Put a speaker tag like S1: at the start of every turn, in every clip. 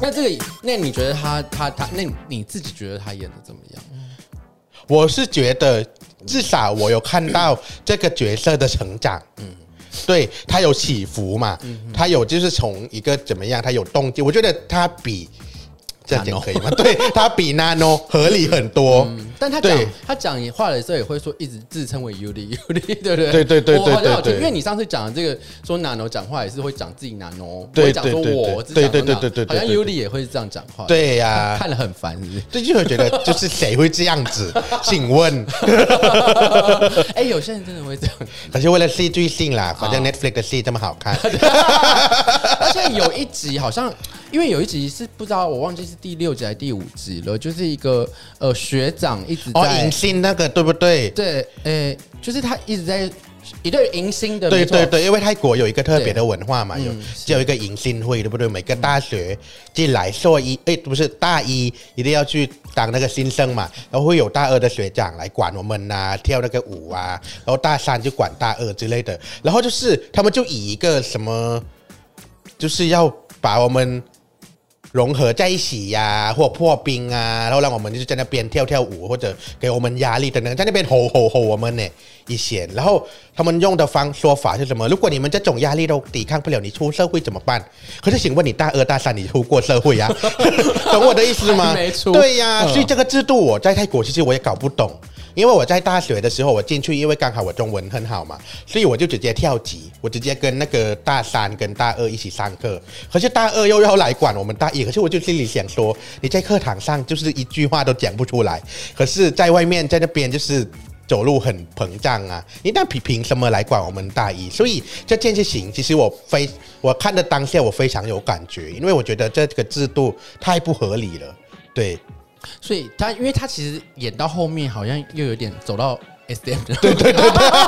S1: 那这个，那你觉得他他他，那你自己觉得他演的怎么样？
S2: 我是觉得至少我有看到这个角色的成长，嗯，对他有起伏嘛，他有就是从一个怎么样，他有动机，我觉得他比这点
S1: Nano
S2: 可以吗？对他比 Nano 合理很多，
S1: 但他讲
S2: 对
S1: 他讲也话的时候也会说一直自称为 Uli Uli，对不对？
S2: 对对对
S1: 我好像有听
S2: 对对对
S1: 因为你上次讲的这个说 Nano 讲话也是会讲自己 Nano，不
S2: 对
S1: 会讲说
S2: 对对
S1: 我，
S2: 对
S1: 只讲
S2: 对对
S1: Nano
S2: 对对对
S1: 好像
S2: 对对
S1: Uli 也会这样讲话，
S2: 对呀、
S1: 看了很烦，是不是？
S2: 这就会觉得就是谁会这样 子？请问，
S1: 哎，有些人真的会这样，
S2: 可是为了戏剧性啦，反正
S1: 啊
S2: Netflix 的戏这么好看，
S1: 而且有一集好像，因为有一集是不知道我忘记是第六集还是第五集了，就是一个呃学长一直
S2: 哦，
S1: 在
S2: 银杏那个对不对？
S1: 对，诶、就是他一直在一对迎新的，
S2: 对
S1: 没错
S2: 对，对，因为泰国有一个特别的文化嘛，
S1: 对
S2: 有
S1: 嗯
S2: 只有一个迎新会，对不对？每个大学进来硕一，哎，不是大一，一定要去当那个新生嘛，然后会有大二的学长来管我们呐、跳那个舞啊，然后大三就管大二之类的，然后就是他们就以一个什么，就是要把我们。融合在一起呀、或破冰啊，然后让我们就是在那边跳跳舞，或者给我们压力等等，在那边吼吼吼我们呢一些。然后他们用的方说法是什么？如果你们这种压力都抵抗不了，你出社会怎么办？可是请问你大二大三你出过社 会呀、懂我的意思吗？
S1: 还没出
S2: 对呀、
S1: 嗯
S2: 所以这个制度我在泰国其实我也搞不懂。因为我在大学的时候，我进去，因为刚好我中文很好嘛，所以我就直接跳级，我直接跟那个大三跟大二一起上课。可是大二又要来管我们大一，可是我就心里想说，你在课堂上就是一句话都讲不出来，可是在外面在那边就是。走路很膨胀啊！你那凭凭什么来管我们大一？所以这件事情，其实我非我看的当下我非常有感觉，因为我觉得这个制度太不合理了。对，
S1: 所以他因为他其实演到后面好像又有点走到 S M，
S2: 对对对对。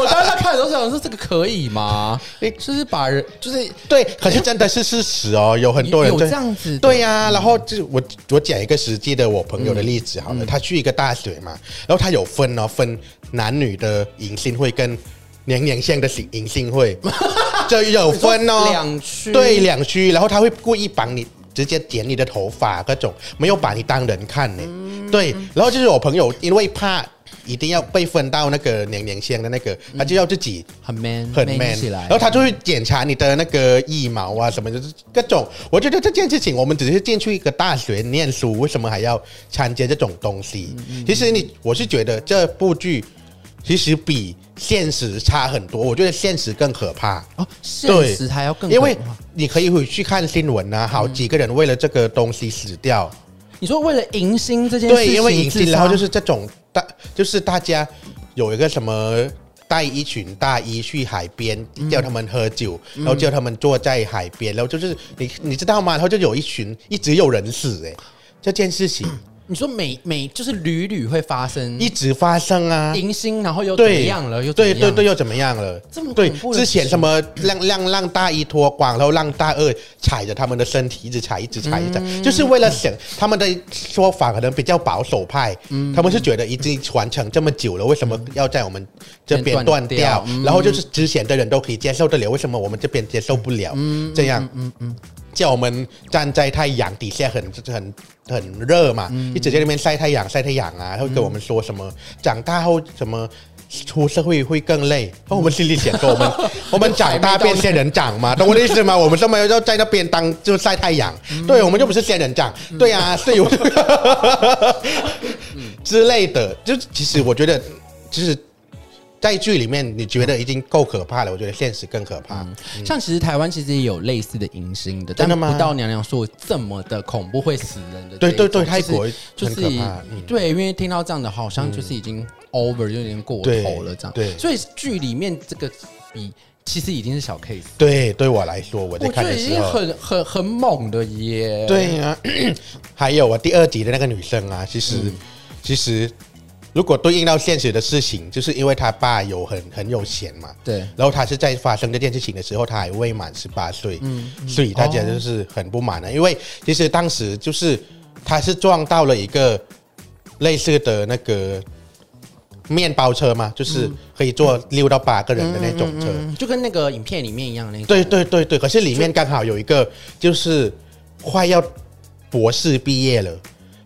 S1: 我当时看的时候想说这个可以吗？就是把人就是
S2: 对，可是真的是事实哦，有很多人
S1: 有
S2: 真
S1: 这样子的
S2: 对呀、然后就我我讲一个实际的我朋友的例子
S1: 嗯
S2: 好了，他去一个大学嘛，然后他有分哦，分男女的迎新会跟娘娘像的迎迎 新会，这有分哦，
S1: 两区
S2: 对两区，然后他会故意绑你。直接剪你的头发，各种没有把你当人看呢、
S1: 嗯
S2: 对，然后就是我朋友因为怕一定要被分到那个娘娘香的那个，他就要自己
S1: 很 man
S2: 很
S1: man
S2: man，
S1: 起来，啊
S2: 然后他就会检查你的那个腋毛啊什么的，就是各种。我觉得这件事情，我们只是进去一个大学念书，为什么还要参加这种东西？
S1: 嗯
S2: 其实你，我是觉得这部剧其实比现实差很多，我觉得现实更可怕。
S1: 哦，现实还要更
S2: 因为
S1: 可怕嗯
S2: 你可以回去看新闻啊，好几个人为了这个东西死掉。
S1: 你说为了迎新这件事
S2: 对，
S1: 情，
S2: 因为影
S1: 自
S2: 星，
S1: 杀
S2: 然后就是这种大，就是大家有一个什么。带一群大一去海边，
S1: 嗯
S2: 叫他们喝酒，然后叫他们坐在海边，然后就是你你知道吗？然后就有一群一直有人死哎、这件事情
S1: 你说每每就是屡屡会发生
S2: 一直发生啊。
S1: 迎新，然后又怎么
S2: 对，
S1: 样了，又怎么样
S2: 对对对，又怎么样了？
S1: 这么
S2: 对，
S1: 恐怖的
S2: 之前
S1: 事
S2: 什么让让让大一脱光，然后让大二踩着他们的身体一直踩，一直踩，一直踩，
S1: 嗯
S2: 就是为了想他们的说法可能比较保守派，
S1: 嗯
S2: 他们是觉得已经传承这么久了，为什么要在我们这边
S1: 先断
S2: 断
S1: 掉
S2: 掉？
S1: 嗯
S2: 然后就是之前的人都可以接受得了，为什么我们这边接受不了？
S1: 嗯
S2: 这样，叫我们站在太阳底下很很很热嘛，一直在那边晒太阳晒太阳啊，然后跟我们说什么、长大后什么。出社会会更累，然后我们心里想说，我们 我们长大变仙人掌嘛，懂我的意思吗？我们这么要在那边当就晒太阳，对，我们就不是仙人掌，对啊，所以我就之类的，就其实我觉得，就是在剧里面你觉得已经够可怕了，我觉得现实更可
S1: 嗯
S2: 怕。
S1: 像其实台湾其实也有类似的迎新的，
S2: 嗯真的吗
S1: 但不到娘娘说这么的恐怖会死人的这
S2: 对
S1: 一种。
S2: 对对，泰国
S1: 就
S2: 很
S1: 是
S2: 可怕，嗯。
S1: 对，因为听到这样的，好像就是已经 over，就有点过头了这样。
S2: 对对
S1: 所以剧里面这个比其实已经是小 case，
S2: 对，对我来说，我在
S1: 我觉
S2: 看
S1: 得
S2: 的
S1: 已
S2: 时
S1: 经
S2: 候，
S1: 很很很猛的耶。，
S2: 对啊，还有我啊第二集的那个女生啊，其实、其实如果对应到现实的事情，就是因为她爸有很很有钱嘛，
S1: 对
S2: 然后她是在发生这件事情的时候，她还未满十八岁，所以大家就是很不满的、啊因为其实当时就是她是撞到了一个类似的那个。面包车嘛，就是可以坐六到八个人的那种车，
S1: 嗯嗯，就跟那个影片里面一样那种。
S2: 对对对对，可是里面刚好有一个就是快要博士毕业了。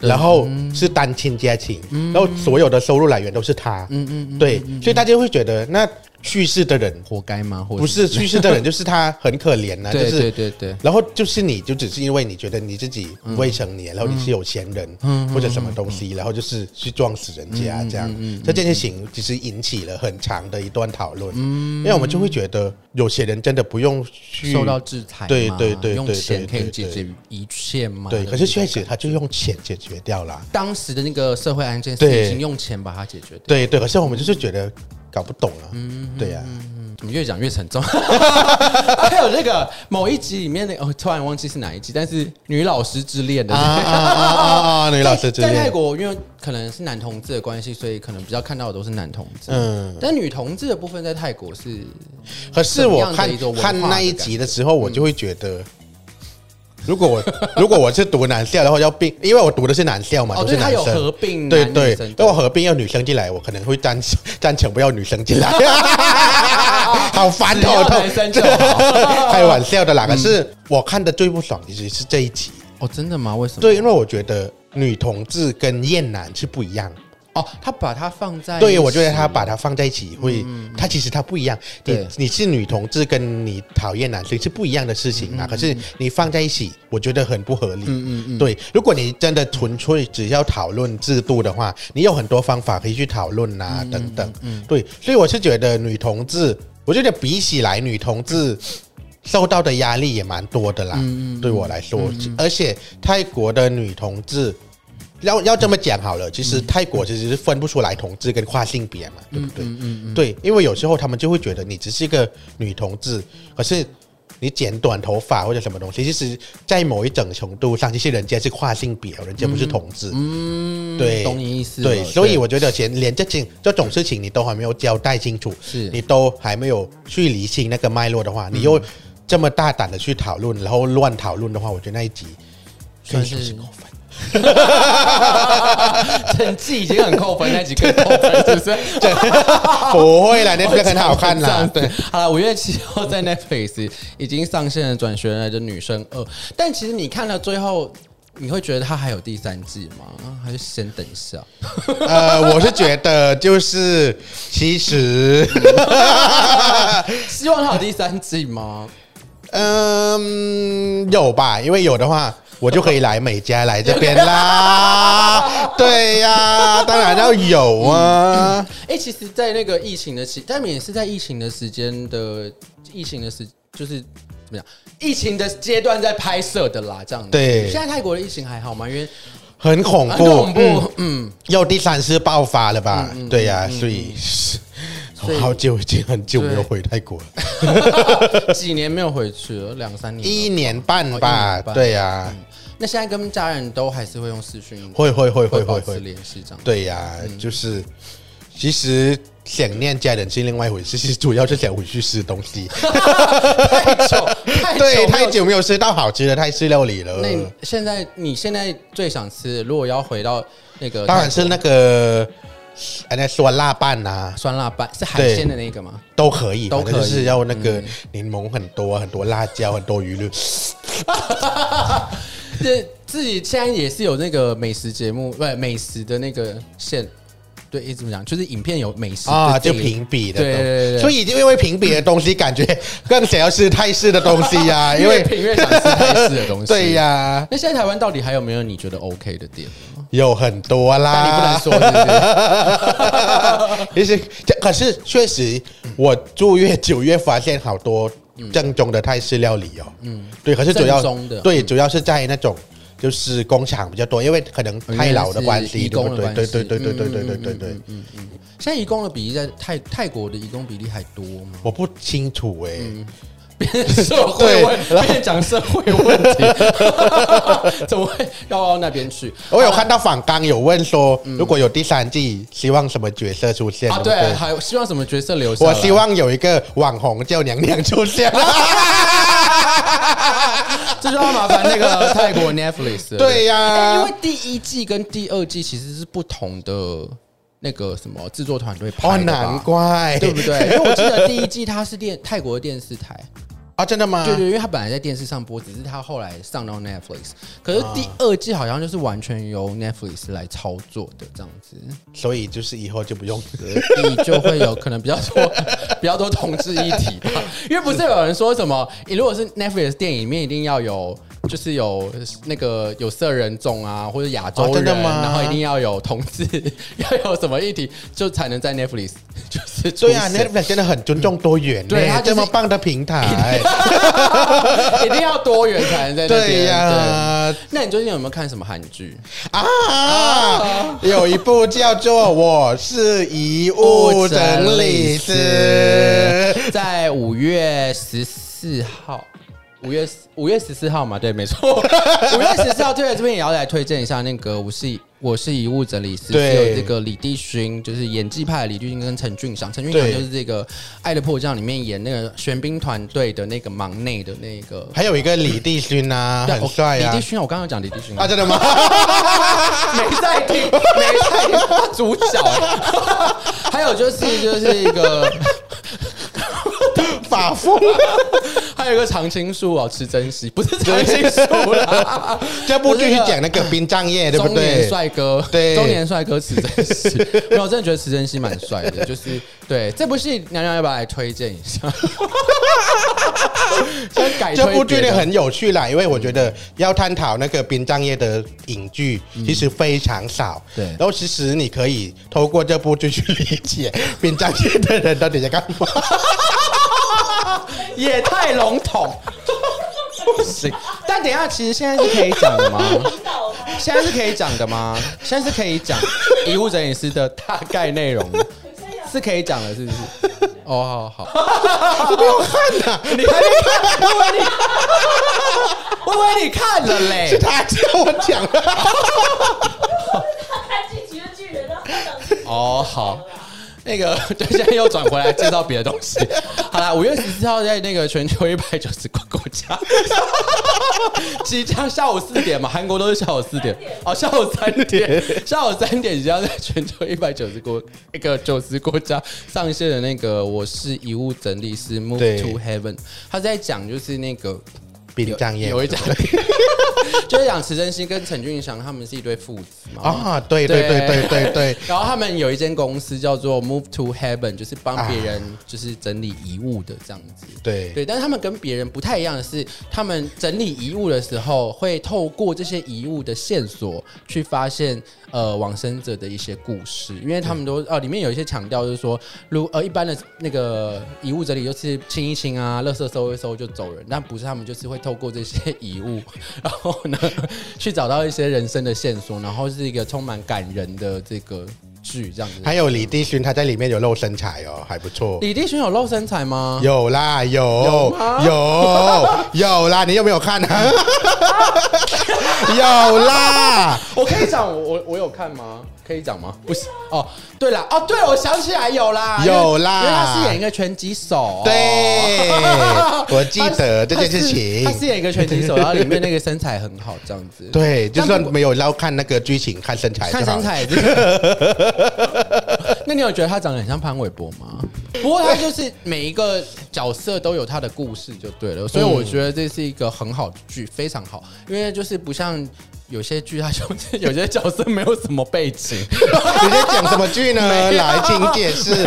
S2: 然后是单亲家庭，然后所有的收入来源都是他，嗯嗯，对，所以大家会觉得那去世的人
S1: 活该吗？或者
S2: 不是去世的人，就是他很可怜 呐、就
S1: 对
S2: 是
S1: 对对对，
S2: 然后就是你就只是因为你觉得你自己未成年，然后你是有钱人、或者什么东西，然后就是去撞死人家这样。这件事情其实引起了很长的一段讨论，因为我们就会觉得有些人真的不用去
S1: 受到制裁吗，
S2: 嗯对对对
S1: 用
S2: 对
S1: 钱
S2: 对
S1: 可以
S2: 对
S1: 解
S2: 对
S1: 决一切吗？
S2: 对，
S1: 那
S2: 可
S1: 种
S2: 是确
S1: 感
S2: 实
S1: 觉
S2: 他就用钱解决掉了。
S1: 当时的那个社会案件是
S2: 对
S1: 已经用钱把它解决掉，
S2: 对对，可是我们就是觉得搞不懂啊，对呀、
S1: 怎么越讲越沉 重？还有那个某一集里面的，哦，突然忘记是哪一集，但是女老师之恋的
S2: 啊 啊啊啊啊！女老师之
S1: 在泰
S2: 恋，
S1: 国，因为可能是男同志的关系，所以可能比较看到的都是男同志。
S2: 嗯，
S1: 但女同志的部分在泰国是，
S2: 可是
S1: 怎么
S2: 我
S1: 样
S2: 看
S1: 的一个文化
S2: 看那一集的时候，我就会觉得，如果我 如果我是读男校，然后要并，因为我读的是男校嘛，
S1: 哦，
S2: 啊都
S1: 对，它
S2: 是男
S1: 有
S2: 生
S1: 合，并
S2: 对
S1: 男女
S2: 对
S1: 生，
S2: 那我合并要女生进来，我可能会赞 赞成不要女生进来， 好烦
S1: 只要
S2: 哦，
S1: 男生就 好嗯
S2: 开玩笑的啦。可是我看的最不爽其实是这一集，
S1: 哦，真的吗？为什么？
S2: 对，因为我觉得女同志跟厌男是不一样的。
S1: 哦，他把它放在一
S2: 对，
S1: 起嗯
S2: 我觉得他把它放在一起会，他其实他不一样。
S1: 对
S2: 你你是女同志，跟你讨厌男生是不一样的事情
S1: 嗯
S2: 啊。可是你放在一起，我觉得很不合理。嗯嗯对，如果你真的纯粹只要讨论制度的话，你有很多方法可以去讨论
S1: 嗯
S2: 啊，等等。对，所以我是觉得女同志，我觉得比起来，女同志。受到的压力也蛮多的
S1: 嗯
S2: 啦，对我来说，而且泰国的女同志要要这么讲
S1: 嗯
S2: 好了，其实泰国其实是分不出来同志跟跨性别嘛，
S1: 嗯
S2: 对不对？对，因为有时候他们就会觉得你只是一个女同志，可是你剪短头发或者什么东西，其实，在某一种程度上，其实人家是跨性别，人家不是同志。
S1: 嗯
S2: 对
S1: 懂你意思了。
S2: 对，所以我觉得连连这件这种事情你都还没有交代清楚，
S1: 是嗯
S2: 你都还没有去理清那个脉络的话，你又这么大胆的去讨论，然后乱讨论的话，我觉得那一 集可
S1: 算
S2: 以说
S1: 是
S2: 是过分。
S1: 成绩已经很扣分，那几个扣分是不是？
S2: 不会啦，那边很好 看啦。
S1: 对，好了，五月七号在 Netflix 已经上线了《转学来的女生二》，但其实你看了最后，你会觉得它还有第三季吗？还是先等一下？
S2: 呃，我是觉得就是其 实，
S1: 希望它有第三季吗？
S2: 嗯，有吧，因为有的话。我就可以来美加来这边啦， 对呀、当然要有啊。
S1: 哎、其实，在那个疫情的期，但也是在疫情的时间的疫情的时，就是怎么讲？疫情的阶段在拍摄的啦，这样子。
S2: 对
S1: 现在泰国的疫情还好吗？因为
S2: 很恐
S1: 很
S2: 怖，
S1: 恐怖，
S2: 嗯
S1: 嗯，
S2: 又第三次爆发了吧？对呀、所以。
S1: 所以
S2: 我好久已经很久没有回泰国了，
S1: 嗯 几年没有回去了，两三年了。
S2: 一年半
S1: 哦一
S2: 吧
S1: 年。半
S2: 对呀、
S1: 那现在跟家人都还是会用视讯，
S2: 会会会会
S1: 保
S2: 会
S1: 持
S2: 会，
S1: 联系这样。
S2: 对呀、就是其实想念家人是另外一回事，其实主要是想回去吃东西。
S1: 太久，太久，
S2: 对，太。久没有吃到好吃的泰式料理了
S1: 那。你现在你现在最想吃的，如果要回到那个，
S2: 当然是那个，哎，那酸辣拌呐、啊，
S1: 酸辣拌，是海鲜的那个吗？
S2: 都可以，嗯
S1: 都
S2: 反正就
S1: 可以
S2: 是要那个柠檬很多，很多辣椒，很多鱼露。
S1: 这自己现在也是有那个美食节目，不美食的那个线，对，一直怎么讲？就是影片有美食
S2: 啊，
S1: 的这
S2: 就
S1: 一类
S2: 评比的
S1: 对
S2: 东西，
S1: 对对对
S2: 所以就因为评比的东西，感觉更想要吃泰式的东西呀、 因
S1: 越
S2: 为
S1: 评越想吃泰式的东西。
S2: 对、呀、
S1: 那现在台湾到底还有没有你觉得 OK 的店？
S2: 有很多
S1: 但你不能
S2: 啦。
S1: 说是不是，
S2: 其实，这可是确实，我住越九月发现好多正宗的泰式料理哦。嗯，对，可是主要
S1: 正宗的
S2: 对，主要是在那种。就是工厂比较多，因
S1: 哦
S2: 为可能太老的关
S1: 因为
S2: 系，
S1: 是
S2: 对不
S1: 移工的
S2: 对？
S1: 关
S2: 对
S1: 系嗯
S2: 对对对对对对对对，
S1: 现在移工的比例在泰泰国的移工比例还多吗？
S2: 我不清楚哎、
S1: 嗯变 社会问，变讲社会问 题，怎么会绕到那边去？
S2: 我有看到访刚有问说，如果有第三季，希望什么角色出现？
S1: 嗯啊，
S2: 对不
S1: 对，
S2: 对，
S1: 还有希望什么角色留下来？
S2: 我希望有一个网红叫娘娘出现。
S1: 啊这就要麻烦那个泰国 Netflix 了。
S2: 对呀、
S1: 哎因为第一季跟第二季其实是不同的那个什么制作团队拍的
S2: 哦，
S1: 吧
S2: 难怪，
S1: 对不对？因为我记得第一季它是电泰国的电视台，
S2: 啊，真的吗？
S1: 对对，因为他本来在电视上播，只是他后来上到 Netflix。可是第二季好像就是完全由 Netflix 来操作的这样子，
S2: 所以就是以后就 不用
S1: 你就会有可能比较多 比较多同志议题吧。因为不是有人说什么，你如果是 Netflix 电影里面一定要有。就是有那个有色人种啊，或者亚洲
S2: 哦真
S1: 人，
S2: 的吗
S1: 然后一定要有同志， 要有什么议题，就才能在 Netflix 就是出
S2: 对啊
S1: 现
S2: ，Netflix 真的很尊重多元呢，欸
S1: 对它就是
S2: 这么棒的平台，
S1: 一定要多元才能在那边。
S2: 对呀、
S1: 对那你最近有没有看什么韩剧？哦
S2: 啊，有一部叫做《我是遗物整理师》，
S1: 在五月十四号。五月五月十四号嘛，对，没 错。五月十四号，对，这边也要来推荐一下那个我是我是遗物整理师，
S2: 对
S1: 是有这个李帝勋，就是演技派的李帝勋跟陈俊祥，陈俊祥
S2: 对
S1: 就是这个《爱的迫降》里面演那个玄彬团队的那个忙内的那个，
S2: 还有一个李帝勋啊，
S1: 对
S2: 很帅
S1: 李
S2: 啊
S1: 帝。勋，我刚刚有讲李帝勋
S2: 啊，真的吗？
S1: 没在听，没 在听他主角。啊还有就是就是一个，
S2: 法风，
S1: 还有一个常青树哦，吃珍惜，不是常青树啦，
S2: 这部剧是讲那个殡葬业，对不
S1: 中年
S2: 对？
S1: 帅哥，
S2: 对
S1: 中年帅哥池珍熙， 没有，我真的觉得池珍熙蛮帅的，就是对这部戏，娘娘要不要来推荐一下？ 先改
S2: 这
S1: 推
S2: 部剧
S1: 别
S2: 呢
S1: 的
S2: 很有趣啦，因为我觉得要探讨那个殡葬业的影剧，其实非常少。
S1: 嗯对
S2: 然后其实你可以透过这部剧去理 解殡葬业的人到底在干嘛。
S1: 也太笼 统，不行。但等一下，其实现在是可以讲的吗？现在是可以讲的吗？现在是可以讲遗物整理师的大概内容， 是可以讲的，是不是？ 哦，好好， 我没有看呐、你还没看？我以为你， 我以为你看了
S2: 是
S1: 嘞。
S2: 他叫我讲 的，
S3: 看进去就巨人的幻想
S1: 哦，好。那个， 对，现在又转回来介绍别的东西。 好啦，五月十四号在那个全球一百九十个国家， 即将下午四点嘛，韩国都是下午四点，哦，下午三点，下午三点即将在全球一百九十国那个九十国家上线的那个《我是遗物整理师》
S2: 对
S1: Move to Heaven，他在讲就是那个
S2: 殡葬业
S1: 有一讲， 就是讲池珍熙跟陈俊祥他们是一对父子嘛，
S2: 啊，对对对对对对，
S1: 然后他们有一间公司叫做 Move to Heaven，就是帮别人就是整理遗物的这样子。
S2: 啊对
S1: 对，但是他们跟别人不太一样的是，他们整理遗物的时候，会透过这些遗物的线索去发现呃往生者的一些故事，因为他们都呃里面有一些强调就是说，如呃一般的那个遗物整理就是清一清啊，垃圾收一收就走人，但不是他们就是会透过这些遗物，然后呢去找到一些人生的线索，然后是一个充满感人的这个剧这样子。
S2: 还有李帝勋，他在里面有露身材哦，还不错。
S1: 李帝勋有露身材吗？
S2: 有啦，有有有啦，你有没有看啊？ 有啦，
S1: 我可以讲我我我有看吗？可以讲吗？不是哦，对啦，哦，对了，我想起来有啦，因为
S2: 有啦
S1: 因为他是演一个拳击手，
S2: 对
S1: 哦
S2: 我记得这件事情
S1: 他是他是演一个拳击手，然后里面那个身材很好，这样子，
S2: 对，就
S1: 但
S2: 算
S1: 不
S2: 没有捞看那个剧情，看身材，
S1: 看身。材这个。 那你有觉得他长得很像潘玮柏吗？不过他就是每一个角色都有他的故事就对了，所以我觉得这是一个很好的剧，非常好，因为就是不像。有些剧它就是有些角色没有什么背景，
S2: 你在讲什么 剧呢？来，请解释。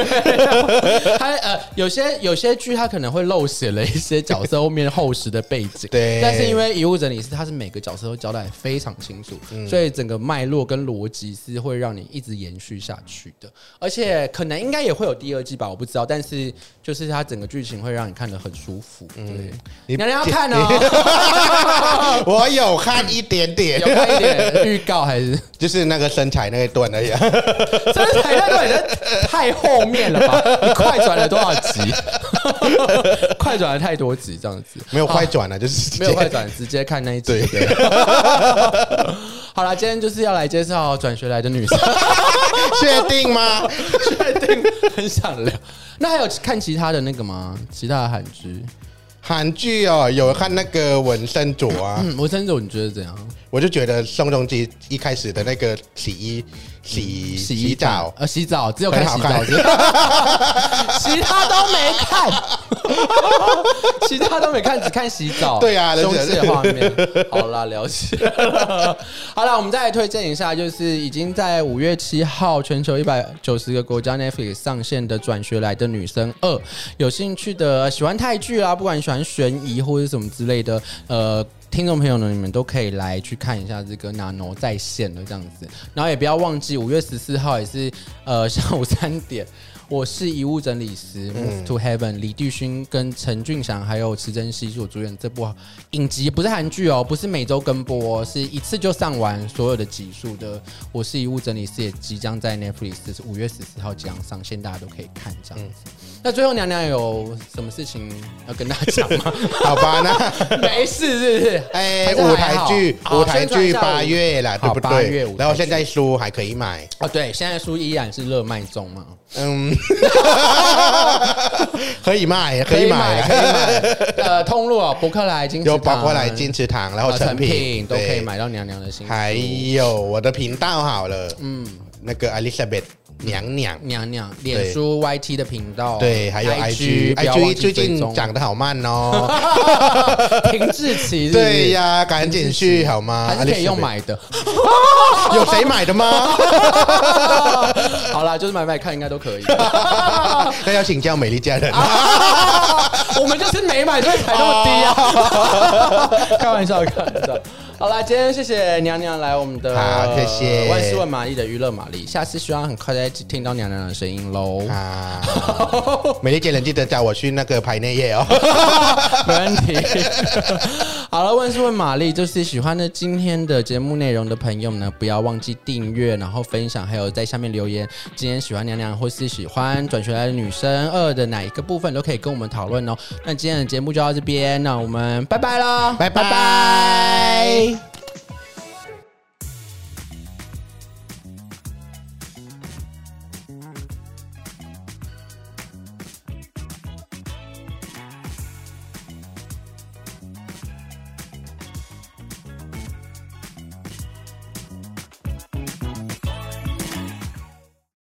S1: 他呃有些有些剧它可能会漏写了一些角色后面厚实的背景，
S2: 对
S1: 但是因为遗物整理师，它是每个角色都交代得非常清楚，
S2: 嗯
S1: 所以整个脉络跟逻辑是会让你一直延续下去的。而且可能应该也会有第二季吧，我不知道。但是就是它整个剧情会让你看得很舒服。对，
S2: 嗯你
S1: 娘娘要看哦，
S2: 我有看一点点
S1: 有，看一点预告还是？
S2: 就是那个身材那一段而已。 啊
S1: 真的彩蛋都已经太后面了吧？你快转了多少集？ 快转了太多集，这样子
S2: 没有
S1: 好
S2: 快转了，就是直接
S1: 哦没有快。转，直接看那一 集。对，好了，今天就是要来介绍转学来的女生，
S2: 确定吗？
S1: 确定很想聊。那还有看其他的那个吗？其他的韩剧？
S2: 韩剧哦，有看那个《纹身左》啊，
S1: 嗯，我真的你觉得怎样？
S2: 我就觉得宋仲基一开始的那个洗衣洗洗澡
S1: 呃，洗澡只有看洗澡，
S2: 很好看
S1: 只有其他都没看。 其他都没看，只看洗澡。
S2: 对啊
S1: 胸
S2: 而且
S1: 式的画面。好啦，了解了。好啦，我们再来推荐一下，就是已经在五月七号全球一百九十个国家 Netflix 上线的《转学来的女生二》，有兴趣的喜欢泰剧啊，不管你喜欢悬疑或者什么之类的，呃。听众朋友呢，你们都可以来去看一下这个 Nano 在线的这样子，然后也不要忘记五月十四号也是呃下午三点，我是遗物整理师、Move to Heaven，李帝勋跟陈俊祥还有池珍熙所主演这部影集，不是韩剧哦，不是每周跟播、哦，是一次就上完所有的集数的。我是遗物整理师也即将在 Netflix 是五月十四号即将上线，大家都可以看这样子。那最后娘娘有什么事情要跟大家讲吗？
S2: 好吧， 那
S1: 没事，是不是？
S2: 哎，
S1: 还是还
S2: 舞台
S1: 好哦
S2: 剧，
S1: 好
S2: 舞台
S1: 宣传一
S2: 剧
S1: 下
S2: 八月啦，对
S1: 好
S2: 不
S1: 八月舞
S2: 对
S1: 台？
S2: 然后现
S1: 剧
S2: 在书还可以买，
S1: 哦，对，现在书依然是热卖中嘛，
S2: 嗯，可以卖，可
S1: 可
S2: 以
S1: 以
S2: 买
S1: 买，
S2: 啦
S1: 可以买。 呃，通路啊，博客来、金石
S2: 有
S1: 堂
S2: 包括来金池堂，然后
S1: 呃
S2: 成
S1: 成
S2: 品
S1: 都可以。
S2: 对
S1: 买到娘娘的新书
S2: 还有我的频道好了，嗯，那个 Elizabeth
S1: 嗯
S2: 娘娘，
S1: 娘娘脸书 YT 的频道，
S2: 对，还有
S1: IG，不要哦忘
S2: IG，IG
S1: 记
S2: 最
S1: 追
S2: 近
S1: 踪
S2: 涨得好慢哦。
S1: 停滞期，
S2: 对。呀，啊赶紧去好吗？
S1: 还是可以用
S2: Elizabeth
S1: 买的，
S2: 有谁买的吗？
S1: 好啦，就是买买看应该都可以。
S2: 那要请教美丽家人。
S1: 啊 我们就是没买，所以才那么低啊！ 开玩笑，开玩笑。好啦，今天谢谢娘娘来我们的，
S2: 好谢谢
S1: 万事问玛丽的娱乐玛丽，下次希望很快再听到娘娘的声音喽。
S2: 啊， 美丽家人记得叫我去那个排内页哦。
S1: 没问题。 好了，问是问玛丽，就是喜欢的今天的节目内容的朋友呢，不要忘记订阅，然后分享，还有在下面留言。今天喜欢娘娘，或是喜欢转学来的女生二的哪一个部分，都可以跟我们讨论哦。那今天的节目就到这边，那我们拜拜啦，
S2: 拜拜。